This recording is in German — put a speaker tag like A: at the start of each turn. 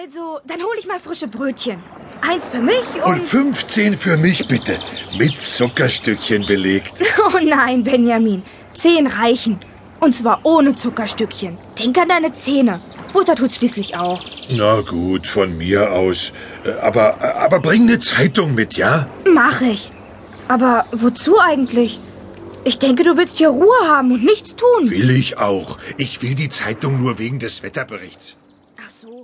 A: Also, dann hol ich mal frische Brötchen. Eins für mich und...
B: Und 15 für mich bitte. Mit Zuckerstückchen belegt.
A: Oh nein, Benjamin. Zehn reichen. Und zwar ohne Zuckerstückchen. Denk an deine Zähne. Butter tut's schließlich auch.
B: Na gut, von mir aus. Äh, Aber, aber bring eine Zeitung mit, ja?
A: Mach ich. Aber wozu eigentlich? Ich denke, du willst hier Ruhe haben und nichts tun.
B: Will ich auch. Ich will die Zeitung nur wegen des Wetterberichts.
A: Ach so.